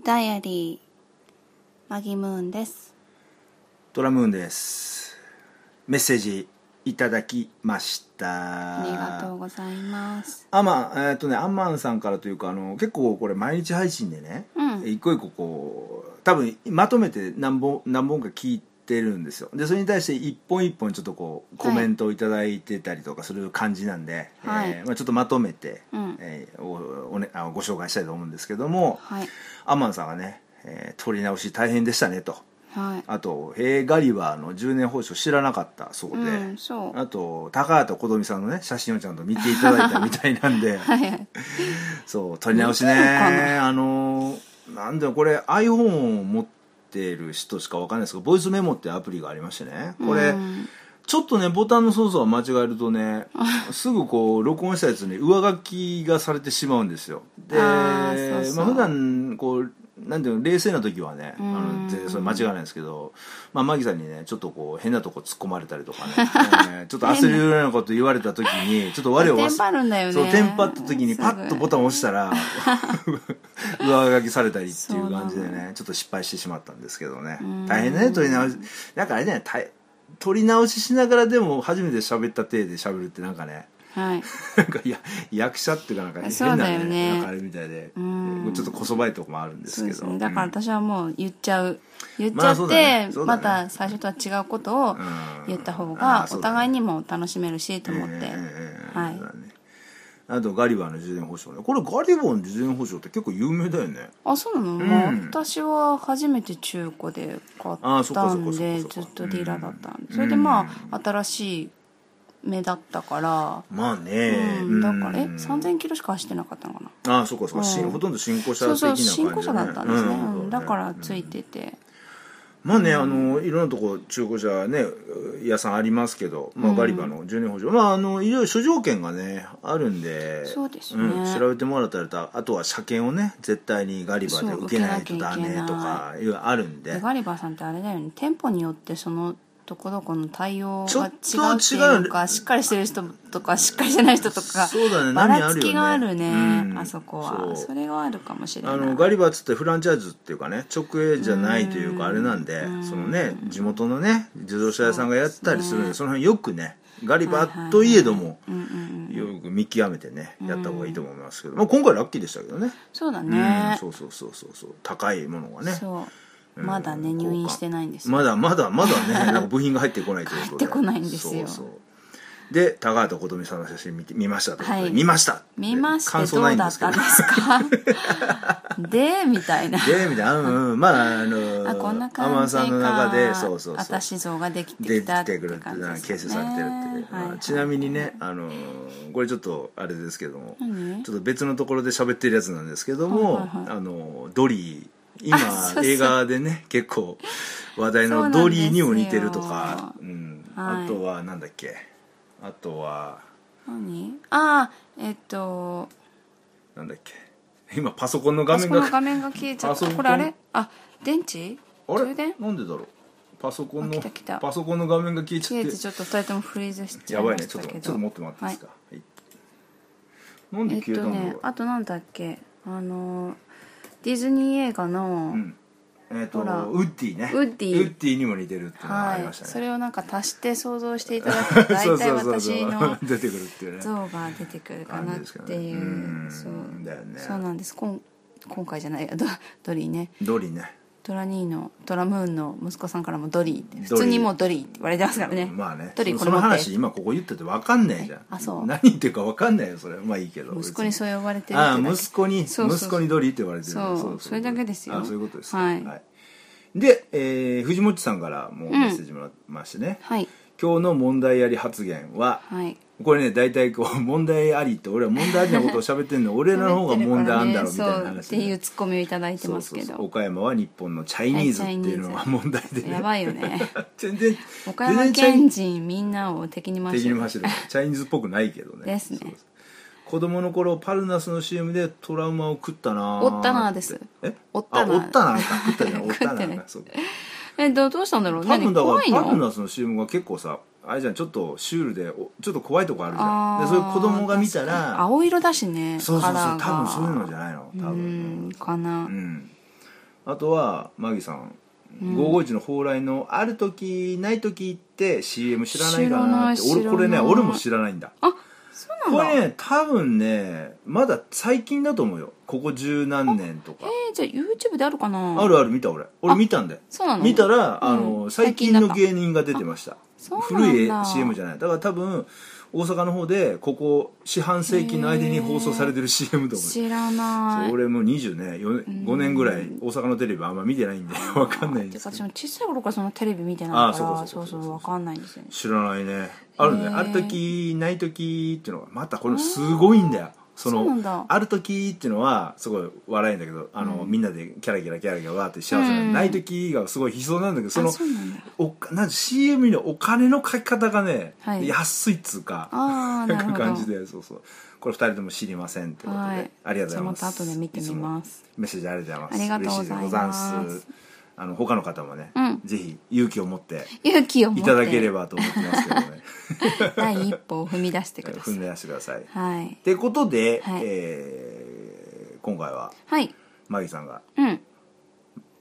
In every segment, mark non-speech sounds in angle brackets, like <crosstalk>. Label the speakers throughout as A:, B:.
A: ダイアリーマギムーンです
B: ドラムーンですメッセージいただきました
A: ありがとうございます
B: あまあえーっとねアンマンさんからというかあの結構これ毎日配信でね、
A: うん
B: 一個一個こう多分まとめて何本何本か聞いてるんですよでそれに対して一本一本ちょっとこうコメントをいただいてたりとかする感じなんで、
A: はい
B: えーまあ、ちょっとまとめて、
A: うん
B: えーおおね、あご紹介したいと思うんですけども、
A: はい
B: アンマンさんがね、えー撮り直し大変でしたねと。
A: はい
B: あと、ヘーガリバーの10年報酬知らなかったそうで、
A: うんそう
B: あと、高畑琴美さんのね、写真をちゃんと見ていただいたみたいなんで、
A: はい
B: そう、撮り直しね、
A: 見てるかな
B: あのー、なんだろうこれ iPhone を持ってる人しかわかんないですけど、ボイスメモってアプリがありましてね、これ、
A: うん
B: ちょっとね、ボタンの操作を間違える
A: <laughs>
B: とね、すぐこう、録音したやつに上書きがされてしまうんですよ。で、
A: あーそうそう
B: まあ普段、こう、なんていうの、冷静な時はね、あ
A: うん
B: の全然それ間違いないんですけど、まあ、マギさんにね、ちょっとこう、変なとこ突っ込まれたり
A: <laughs>
B: とかね、えーちょっと焦るようなこと言われた時に、ちょっと我を忘
A: テンパるんだよね
B: そう、テンパった時に
A: すぐ
B: パッとボタンを押し
A: <laughs>
B: たら、上書きされたりっていう感じで
A: そうな
B: ね、ちょっと失敗してしまったんですけどね
A: ん。
B: 大変だね、撮り直し。なんかあれね、たい撮り直ししながらでも初めて喋った体で喋るってなんかね、
A: はい
B: なんかや役者っていうかなんか
A: そう
B: 変
A: だ
B: な
A: よね
B: なんかあれみたいで、
A: ん
B: ちょっとこそばいとこもあるんで
A: そ
B: す
A: う
B: け
A: です
B: ど。
A: ねだから私はもう言っちゃう言っち
B: ま
A: ゃ
B: あ
A: って、
B: そう
A: ま
B: だねそうだね
A: た最初とは違うことを
B: ん
A: 言った方
B: あ
A: が
B: ー
A: お
B: そうだね
A: 互いにも楽しめるしと思って、
B: ええええ
A: はい
B: そうだねあとガリバーの事前保証ね。これガリバーの事前保証って結構有名だよね。
A: あそうなの、
B: ん
A: 私は初めて中古で買
B: あ
A: っ
B: そっか
A: た
B: そっか
A: ん
B: そっか
A: で
B: そっか
A: ずっとディーラーだったんで
B: うん
A: それでまあ新しい目だったから、
B: まあね。
A: うん、だからえ
B: うん
A: 3000キロしか走ってなかったのかな
B: ああそうかそうか、し
A: うん
B: ほとんど新興車
A: そう
B: 的な
A: そ
B: 感
A: う
B: じ、ね、
A: 新古車だったんですね、
B: うん
A: うんだからついてて、
B: まあね、あのいろんなとこ中古車ね屋さんありますけど、まあ、ガリバの10年保証、まああのいろいろ諸条件がねあるんで
A: そうですね
B: ん、調べてもらったらあとは車検をね絶対にガリバで
A: そう
B: 受けないとダ
A: 受けな
B: メ
A: きゃいけない
B: とかいうあるんで
A: でガリバーさんってあれだよね店舗によってそのとこどこの対応
B: ちょ
A: が違
B: っ
A: うって
B: と違う
A: いうかしっかりしてる人とかしっかりしてない人とか
B: そうだね
A: ば
B: 波あ
A: ら
B: るよね
A: つきがあるね
B: うん
A: あそこは
B: そう
A: それがあるかもしれない
B: あのガリバーっつってフランチャイズっていうかね直営じゃないというかあれなんでそのね地元のね自動車屋さんがやったりするんでその辺よくねガリバーといえども
A: うんうんうん
B: よく見極めてねやった方がいいと思いますけど、まあ、今回ラッキーでしたけどね
A: そうだ
B: うん
A: ね
B: そうそうそうそうそう高いものがね
A: そう
B: うん
A: まだね入院してないんですよ
B: まだまだまだね
A: <laughs>
B: なんか部品が入ってこないということで
A: 入ってこないんですよ
B: そうそうで高畑琴美さんの写真見て見ましたということで、
A: はい
B: 見ましたって
A: 見まして
B: 感想
A: ど
B: な
A: う
B: いん
A: だ
B: で
A: っ
B: すけ
A: た
B: ど
A: んですか <laughs> でみたいな
B: <laughs> でみたいなうんうんまああの
A: あこんな
B: アマ
A: 感
B: ン
A: じ
B: さんの中でそうそうそう
A: 私像ができて
B: で
A: き
B: き
A: たって
B: くるって
A: 感じですね
B: 形成されてるっていう、
A: はい
B: まあちなみにね、あのーこれちょっとあれですけども
A: 何
B: ちょっと別のところで喋ってるやつなんですけども、
A: はいはいは
B: あのードリー今
A: あそうそう
B: 映画でね結構話
A: そ
B: 題
A: うな
B: の
A: んですよ
B: ドリーにも似てるとかうん
A: はい
B: あとはなんだっけあとは
A: 何ああえっと
B: なんだっけ今パソコンの画
A: パソ
B: 面
A: コン
B: が
A: の画面が消えちゃっ
B: パソ
A: た
B: コン
A: これあれあ電池
B: あれ
A: 充電
B: なんでだろうパソコン
A: あ
B: の
A: 来た来た
B: パソコンの画面が消えち
A: 消
B: ゃっ
A: え
B: て
A: てちょっと2人ともフリーズしちゃ
B: や
A: い
B: ば
A: ま
B: いね
A: し
B: ちょ
A: た
B: っとちょ
A: け
B: っ
A: ど
B: と持ってもらっていいですか、はいなん
A: え
B: で
A: っ
B: 消
A: と
B: えたんだろう、
A: ねあとなんだっけあのディズニー映画の、
B: うんえー、とウ
A: ほら
B: ッディね
A: ウッディ
B: ウッディにも似てるっていうのがあ
A: は
B: り
A: い
B: ました
A: そ
B: ね、
A: れをなんか足して想像していただくと大体私の
B: <laughs> 出てくるっていうね
A: 像が出てくるかなっていう
B: 感じで
A: そ
B: す
A: う
B: けどねうんだよね
A: そうなんですこん今回じゃないやドドリーね
B: ドリーね
A: ドラニーのドラムーンの息子さんからもドリーって普
B: ドリー
A: 通にもうドリーって言われてますからね
B: まあね
A: ドリー
B: そ
A: これ
B: その
A: 持っ
B: 話
A: て
B: 今ここ言ってて分かんないじゃん
A: あそう
B: 何言ってるか分かんないよそれまあいいけど
A: 息子に
B: う
A: そう呼ばれてるって
B: あ
A: だけ
B: あ息子に
A: そうそうそう
B: 息子にドリーって言われてる
A: そうそれだけですよ
B: あそういうことです
A: はい
B: で、えー、藤本さんからもうメッセージもらってましてね、
A: はい
B: 今日の問題あり発言は、
A: はい
B: これね大体こう問題ありって俺は問題ありなことを喋って
A: <laughs>
B: んの俺らの方が問題あんだろうみたいな
A: そうっ
B: 話
A: て
B: で
A: いうツッコミをいただいて
B: そう
A: ます
B: そう
A: け
B: そう
A: ど
B: 岡山は日本のチャイニーズっていうの
A: はい
B: が
A: チャイニーズ
B: 問題でね
A: やばいよね
B: <laughs> 全然
A: 岡山
B: 全然チャイニ
A: 県
B: ーズ
A: 人みんなを敵に回
B: 的
A: して
B: に
A: る
B: 走るチャイニーズっぽくないけどね
A: ですね
B: そうそう子供の頃パルナスの CM でトラウマを食ったなー
A: おったなーです
B: え
A: おったなー
B: あおったなーか食ったじゃんおった
A: <laughs> 食っ
B: なー
A: てな
B: か
A: い
B: そう
A: えどうどうしたんだろう
B: 多
A: 何
B: 分だ
A: 怖い
B: からパル
A: の
B: ナスの CM が結構さあれじゃんちょっとシュールでおちょっと怖いとこあるじゃ
A: あ
B: ん
A: ー
B: でそれ子供が見た
A: 確からに青色だしね
B: そうそ
A: カ
B: うそう
A: ラーが
B: 多分そういうのじゃないの多
A: う
B: 分
A: んかな
B: うんあとはマギさん、551の蓬莱のある時ない時って CM 知らないかなって
A: 知らない
B: 俺これね
A: 知らない
B: 俺も知らないんだ
A: あそう
B: こ
A: なんだ
B: れね多分ねまだ最近だと思うよここ十何年とか
A: えー、じゃあ YouTube であるかな
B: あるある見た俺俺見たんだよ
A: そうなの
B: 見たら、あの
A: うん
B: 最
A: 最近
B: 近
A: だ
B: の
A: った
B: 芸人が出てました
A: そうなんだ
B: 古い CM じゃないだから多分大阪の方でここ四半世紀の間に放送されてる CM と思う
A: 知らない
B: 俺もう20ねよ5年ぐらい大阪のテレビあんま見てないんでわかんないん
A: て
B: で
A: か
B: す
A: 私
B: けど
A: も小さい頃からそのテレビ見てないから
B: あそ
A: そうう
B: か
A: そ
B: そうかそうか
A: うわかんないんですよね
B: 知らないねあるね
A: へー
B: ある時ない時っていうのがまたこれもすごいんだよそ
A: そうなんだ
B: のある時っていうのはすごい笑いんだけどあの、みんなでキャラキャラキャラキャラわーって幸せなの、
A: うん
B: ない時がすごい悲壮なんだけどその
A: あそうなんだ
B: おなんか CM のお金の書き方がね、
A: はい
B: 安いっつうか
A: ああ
B: な
A: なる
B: ん
A: ほ
B: か
A: ど
B: <laughs> 感じでそうそうこれ二人とも知りませんってことで、
A: はい
B: ありがとうございます
A: じゃあまた後で見てみます
B: いつもメッセージありがとうございます
A: ありがとうございます
B: 嬉しですあの他の方もね、
A: うん
B: ぜひ勇気を持って
A: 勇気を持
B: い
A: って
B: ただけれ
A: ば
B: ばと思ってますけどね
A: <laughs>
B: <laughs>
A: 第一歩を踏み出してくださ
B: 踏ん
A: い
B: でらしてください
A: はい
B: ってことで、
A: はい
B: えー今回は
A: はい
B: マギさんが
A: うん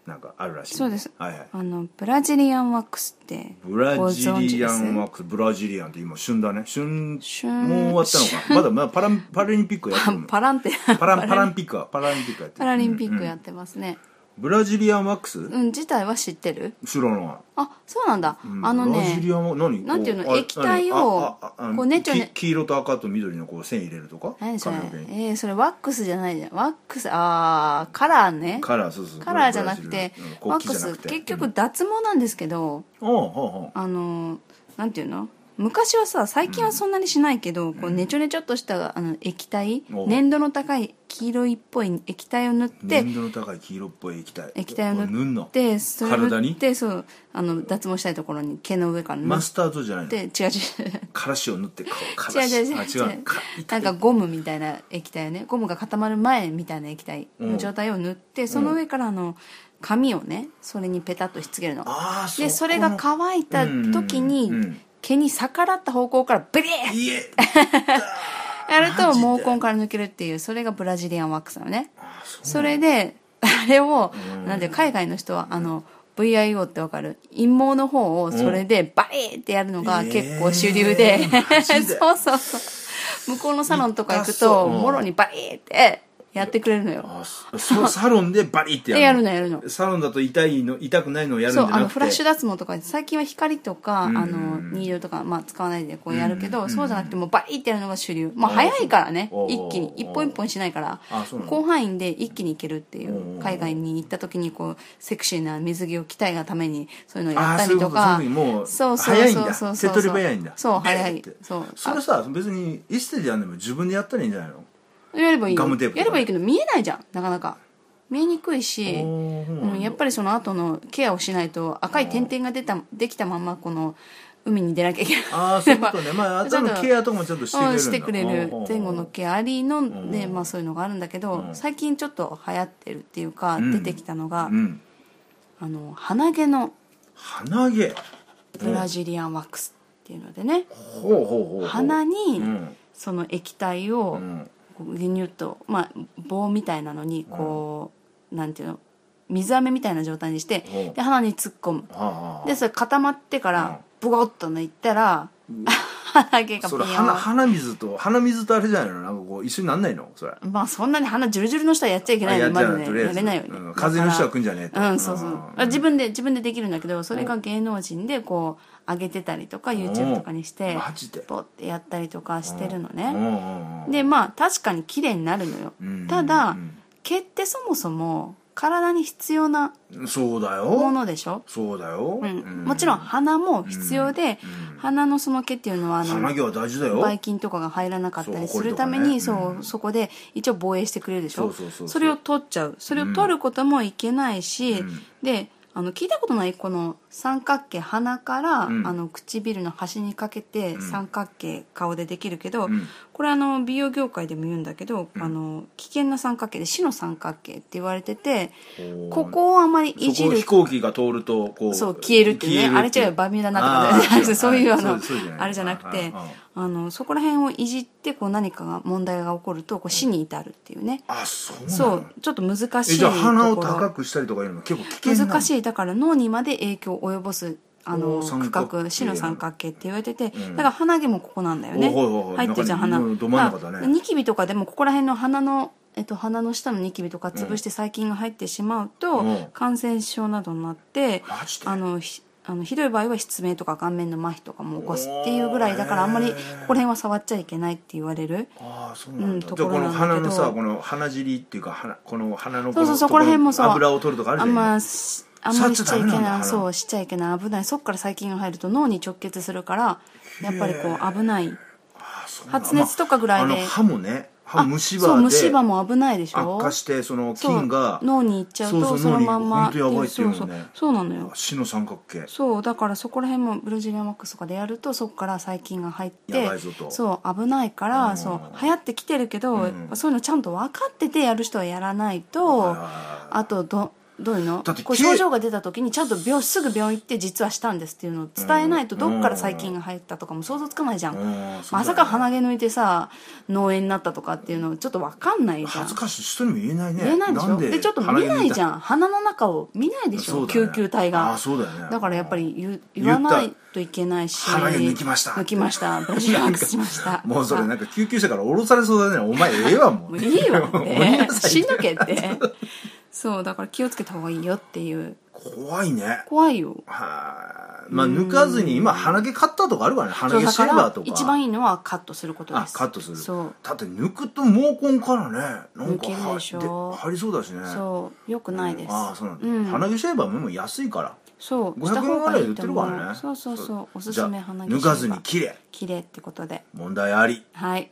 B: なんかあるらしい
A: そうです
B: はいはい
A: あのブラジリアンワックスって
B: ブラジリアンワ
A: ワッ
B: ックスブラジリアンって今旬だね旬
A: 旬
B: もう終わったのかまだまだパランパラリンピックやってるも
A: <laughs>
B: ん
A: パランって
B: パ
A: <laughs>
B: ランパランピックはパラリンピックやってる
A: パラリンピックや
B: う
A: っ
B: ん
A: てますね
B: ブラジリアンワックス
A: うん自体は知ってる
B: 知らない
A: あそうなんだ
B: うん
A: あの
B: ブラジリ
A: ね
B: アンワ何
A: なんていうの
B: こあれ
A: 液体を
B: あああの
A: こうねちょね
B: き黄色と赤と緑のこう線入れるとか
A: 何それ
B: 髪の毛に
A: えーそれワックスじゃないじゃんワックスあーカラーね
B: カラーそうそう
A: カラーじゃなくて
B: ブラジルうん国
A: ワッ
B: 旗
A: ク
B: じゃな
A: ス
B: くて
A: 結
B: う
A: 局
B: ん
A: 脱毛なんですけど
B: ああはあはあ
A: あのなんていうの昔はさ最近はそんなにしないけど、こうねちょねちょっとしたあの液体
B: お
A: 粘度の高い黄色いっぽい液体を塗って
B: 粘度の高い黄色っぽい液体
A: 液体を塗
B: これんの
A: ってそれを
B: 体
A: 塗
B: に
A: ってそうあの脱毛したいところに毛の上から塗
B: マ
A: っ
B: スタードじゃない
A: て
B: の
A: 違う違う
B: からしを塗ってこうか
A: 違う
B: らし
A: 違う違う
B: あ
A: 違う
B: 違うか
A: なんかゴムみたいな液体をねゴムが固まる前みたいな液体の状態を塗ってその上からあの紙をねそれにペタッとひっつけるの
B: ああ
A: でそれが乾いた時
B: うんうんう
A: に
B: ん
A: 毛に逆らった方向からブリー
B: いえ
A: やると
B: マジで
A: 毛根から抜けるっていうそれがブラジリアンワックスなのね
B: ああそ
A: <laughs>
B: う
A: それであれを
B: うん
A: なんで海外の人はあの VIO ってわかる陰毛の方をそれでバリーってやるのが結構主流で、
B: えーマジ
A: <laughs>
B: で
A: そうそうそう向こうのサロンとか行く
B: 痛そう
A: と
B: うん
A: もろにバリーってやってくれるのよ
B: あそそうサロンでバリって
A: でや
B: やる
A: る
B: の
A: のやるの
B: サロンだと痛いの痛くないのをやるんじ
A: そ
B: ゃ
A: う
B: なくて
A: あのフラッシュ脱毛とか最近は光とか、
B: うん
A: あのニードルとか、まあ、使わないでこうやるけど、
B: うん
A: そうじゃなくてもうバリってやるのが主流、まあ、
B: あ
A: 早いからね
B: そう
A: 一気に
B: おー
A: 一本一本しないから
B: あそうなの
A: 広範囲で一気にいけるっていう
B: おー
A: 海外に行った時にこうセクシーな水着を着たいがためにそういうのをや
B: あ
A: っ
B: あ
A: た
B: そうい
A: り
B: うこととそう
A: か
B: いうふうにもう
A: そうそう
B: 早いんだ
A: そうそう
B: 手
A: そう
B: っ取り早いんだ
A: そう
B: ベッ
A: 早い
B: て
A: そう
B: それさ別にエステでやんでも自分でやったらいいんじゃないの
A: やればいいよ
B: ガムテープとか
A: やればいいけど見えないじゃんなかなか見えにくいし、
B: おーそうなんだ
A: うん、やっぱりその後のケアをしないと赤い点々が出たできたままこの海に出なきゃいけない
B: ああそういうこと
A: <laughs>
B: ねまあ
A: ちょ
B: 頭
A: っと
B: のケアとかもちゃんとしてく
A: う
B: れるん
A: ん
B: だ
A: してくれる前後のケアありの
B: ん
A: ねまあそういうのがあるんだけど
B: うん
A: 最近ちょっと流行ってるっていうか
B: うん
A: 出てきたのが
B: うん
A: あの鼻毛の
B: 鼻毛
A: ブラジリアンワックスっていうのでね
B: ほうほうほうほう
A: 鼻
B: う
A: に
B: ん
A: その液体
B: う
A: を
B: ん
A: こうギュニュッとまあ棒みたいなのにこうなんていうの水飴みたいな状態にして
B: うん
A: で鼻に突っ込む
B: はあはあ
A: でそれ固まってか
B: うん
A: らブゴッと抜いたら鼻毛が
B: そ
A: ビ
B: れ
A: ヨ
B: 鼻
A: ーン
B: 鼻水と鼻水とあれじゃないのなんかこう一緒になんないのそれ
A: まあそんなに鼻ジュルジュルの人はやっちゃいけ
B: あ
A: ない
B: や
A: の
B: っ
A: で
B: ちゃ
A: ま
B: う
A: ずね
B: とりあえ
A: や
B: ず
A: れないよね
B: うん風邪の人
A: だ
B: は
A: か
B: 来んじゃねえと
A: らうんそうそう
B: うん
A: 自分で自分でできるんだけどそれが芸能人でこう上げてたりとか YouTube とかにして
B: マジで
A: ポッてやったりとかしてるの
B: うん
A: ね
B: うんうん
A: でまあ確かに綺麗になるのよ
B: うん
A: ただ
B: うん
A: 毛ってそもそも体に必要な
B: そうだ
A: も
B: よ
A: のでしょ
B: そうだよ
A: うんもちろん鼻も必要で
B: うん
A: 鼻のその毛っていうのはあの
B: 鼻毛は大事だよ
A: ばい菌とかが入らなかったりするために
B: そう
A: そ
B: こ
A: う
B: りとかねうん
A: そこで一応防衛してくれるでしょ
B: そうそうそうそう
A: れを取っちゃうそれを取ることもいけないし、
B: うん
A: であの聞いたことないこの三角形鼻から、
B: うん
A: あの唇の端にかけて三角形顔でできるけど、
B: うん
A: これあの美容業界でも言うんだけど、あの危険な三角形で死の三角形って言われてて
B: ほう
A: ここをあまりい
B: そ
A: じ
B: こを
A: る
B: 飛行機が通るとこ
A: <laughs>
B: う
A: そう消えるっていうねあれ違うよバミューダなんとかじゃないそういうあのあれじゃなくてあのそこら辺をいじってこう何かが問題が起こるとこう死に至るっていうね、
B: あそうな
A: そ
B: の
A: うちょっと難し
B: え
A: い
B: じゃ
A: と
B: あ鼻を
A: ころ
B: 高くしたりとかいうのも結構危険なの
A: 難しいだから脳にまで影響を及ぼすあ
B: お
A: の
B: ー三
A: 区
B: 角形
A: 画死の三角形って言われてて、
B: ん
A: だから鼻毛もここなんだよね
B: おはいはいはい
A: 入ってるじゃん
B: なんか
A: 鼻
B: うんど真ん中だね
A: からニキビとかでもここら辺の鼻の、えっと、鼻の下のニキビとか潰して細菌が入ってしまうと、
B: うん
A: 感染症などになって
B: マジで
A: あのひあのひどい場合は失明とか顔面の麻痺とかも起こすっていうぐらいだから
B: おー
A: あんまりここら辺は触っちゃいけないって言われる。
B: ああそうなんだ、
A: うん
B: じゃあこ
A: ところ
B: の鼻
A: なんだ
B: の
A: けど
B: さこの鼻尻っていうか鼻この鼻のこ
A: そう
B: の
A: そうそ
B: と
A: こら辺もそう
B: 油を取るとかあるじ
A: あ
B: ゃん
A: ん
B: 今
A: ましあんまりしちゃいけ
B: 触っちゃダメなん
A: な
B: だ
A: いそうしちゃいけない危ないそっから細菌が入ると脳に直結するからやっぱりこう危ない
B: あそうなんだ
A: 発熱とかぐらいで
B: まああの歯もね歯
A: あ
B: 虫
A: そう
B: 歯
A: 虫
B: で
A: 歯も危ないでし
B: 悪
A: ょ
B: 化してその
A: そう
B: 菌が
A: 脳に行っちゃう
B: そうそ
A: と
B: う
A: そのまんま
B: 脳に行く本当やばいっていうよね
A: そうそうそうなのよ
B: 死の三角形
A: そうだからそこら辺もブルジリアンワックスとかでやるとそこから細菌が入っ
B: や
A: て
B: ばいぞと
A: そう危ないか
B: うん
A: らそう流行ってきてるけど、
B: うん
A: やっぱそういうのちゃんと分かっててやる人はやらないと
B: あー
A: あとどどういうの
B: だって
A: こう
B: け
A: 症状が出た時にちゃんと病すぐ病院行って実はしたんですっていうのを伝えないと
B: うん
A: どっから細菌が入ったとかも想像つかないじゃん、
B: うんそうだよね
A: まさか鼻毛抜いてさ脳炎になったとかっていうのちょっと分かんないじゃん
B: 恥ずかしい人にも言えないね
A: 言えないでしょ
B: ん
A: でちょっと見ないじ
B: ゃん
A: ゃん鼻の中を見ないでしょ、
B: そうだね
A: 救急隊
B: あ
A: が
B: そうだよね
A: だからやっぱり言う言
B: 言
A: わ
B: った
A: ないといけないし
B: 鼻毛抜きました
A: 抜きましたブラジルワックスしました
B: <laughs> もうそれなんか救急車から降ろされそうだねお前ええわも
A: も
B: う
A: ういいよっ
B: 降りな
A: て
B: さい
A: 死ぬけってそうだから気をつけた方がいいよっていう
B: 怖いね
A: 怖いよ
B: はいまあ抜かずに今鼻毛カッターとかあるからね鼻
A: そう
B: 毛
A: だ
B: シェ
A: か
B: ーバー
A: ら
B: とか
A: 一番いいのはカットすることで
B: あ
A: す
B: カットする
A: そう
B: だって抜くと毛根からねなん
A: 抜
B: か
A: けるでしょ
B: はで入りそうだしね
A: そうよくないです、
B: ああそうなんだ、
A: うん
B: 鼻毛シェーバーも今安いから
A: そう
B: 500
A: した
B: 円
A: 方
B: ぐら
A: がい
B: いで売
A: い
B: って
A: と
B: る
A: 思
B: か
A: う
B: らね
A: そうそうそうおす
B: じゃ
A: す
B: あ
A: め鼻毛
B: 抜かず
A: シェー
B: に
A: バー
B: 切れ
A: 綺麗ってことで
B: 問題あり
A: はい